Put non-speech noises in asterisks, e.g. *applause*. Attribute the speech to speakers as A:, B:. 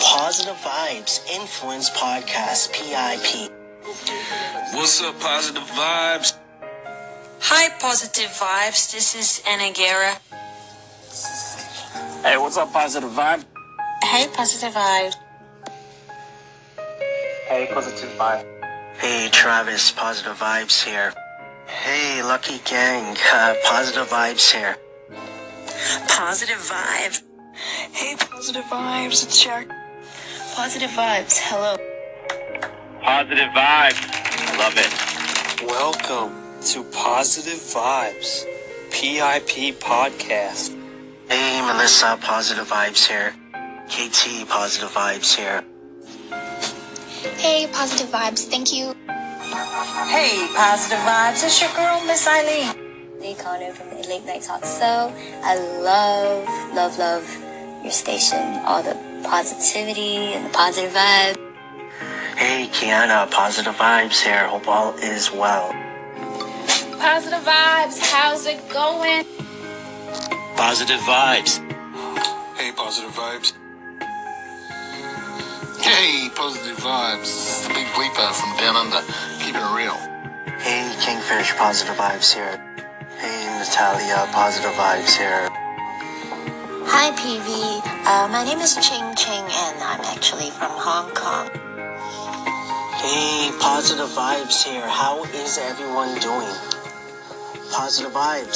A: Positive Vibes Influence Podcast, PIP.
B: What's up, positive vibes?
C: Hi, Positive Vibes. This is Anna Guerra.
B: Hey, what's up, positive vibe?
C: Hey, Positive Vibes.
D: Hey, positive vibe.
A: Hey, Travis, Positive Vibes here. Hey, Lucky Gang, *laughs* uh, Positive Vibes here.
C: Positive Vibes.
E: Hey, positive vibes. It's Jack.
F: Positive vibes. Hello.
D: Positive vibe. I love it.
G: Welcome to Positive Vibes, PIP Podcast.
A: Hey, Melissa, Positive Vibes here. KT, Positive Vibes here.
F: Hey, positive vibes. Thank you.
C: Hey, Positive Vibes. It's your girl, Miss Eileen.
H: Lee Connor from the Late Night Talk Show. I love, love, love your station. All the positivity and the positive vibe.
A: Hey, Kiana, Positive Vibes here. Hope all is well.
I: Positive vibes. How's it going?
A: Positive Vibes.
B: Hey, positive vibes.
J: Hey, positive vibes. Big Bleeper from down under. Keeping it real.
A: Hey, Kingfish, Positive Vibes here. Hey, Natalia, Positive Vibes here.
C: Hi, PV. Uh, my name is Ching Ching, and I'm actually from Hong Kong.
A: Hey, Positive Vibes here. How is everyone doing? Positive Vibes,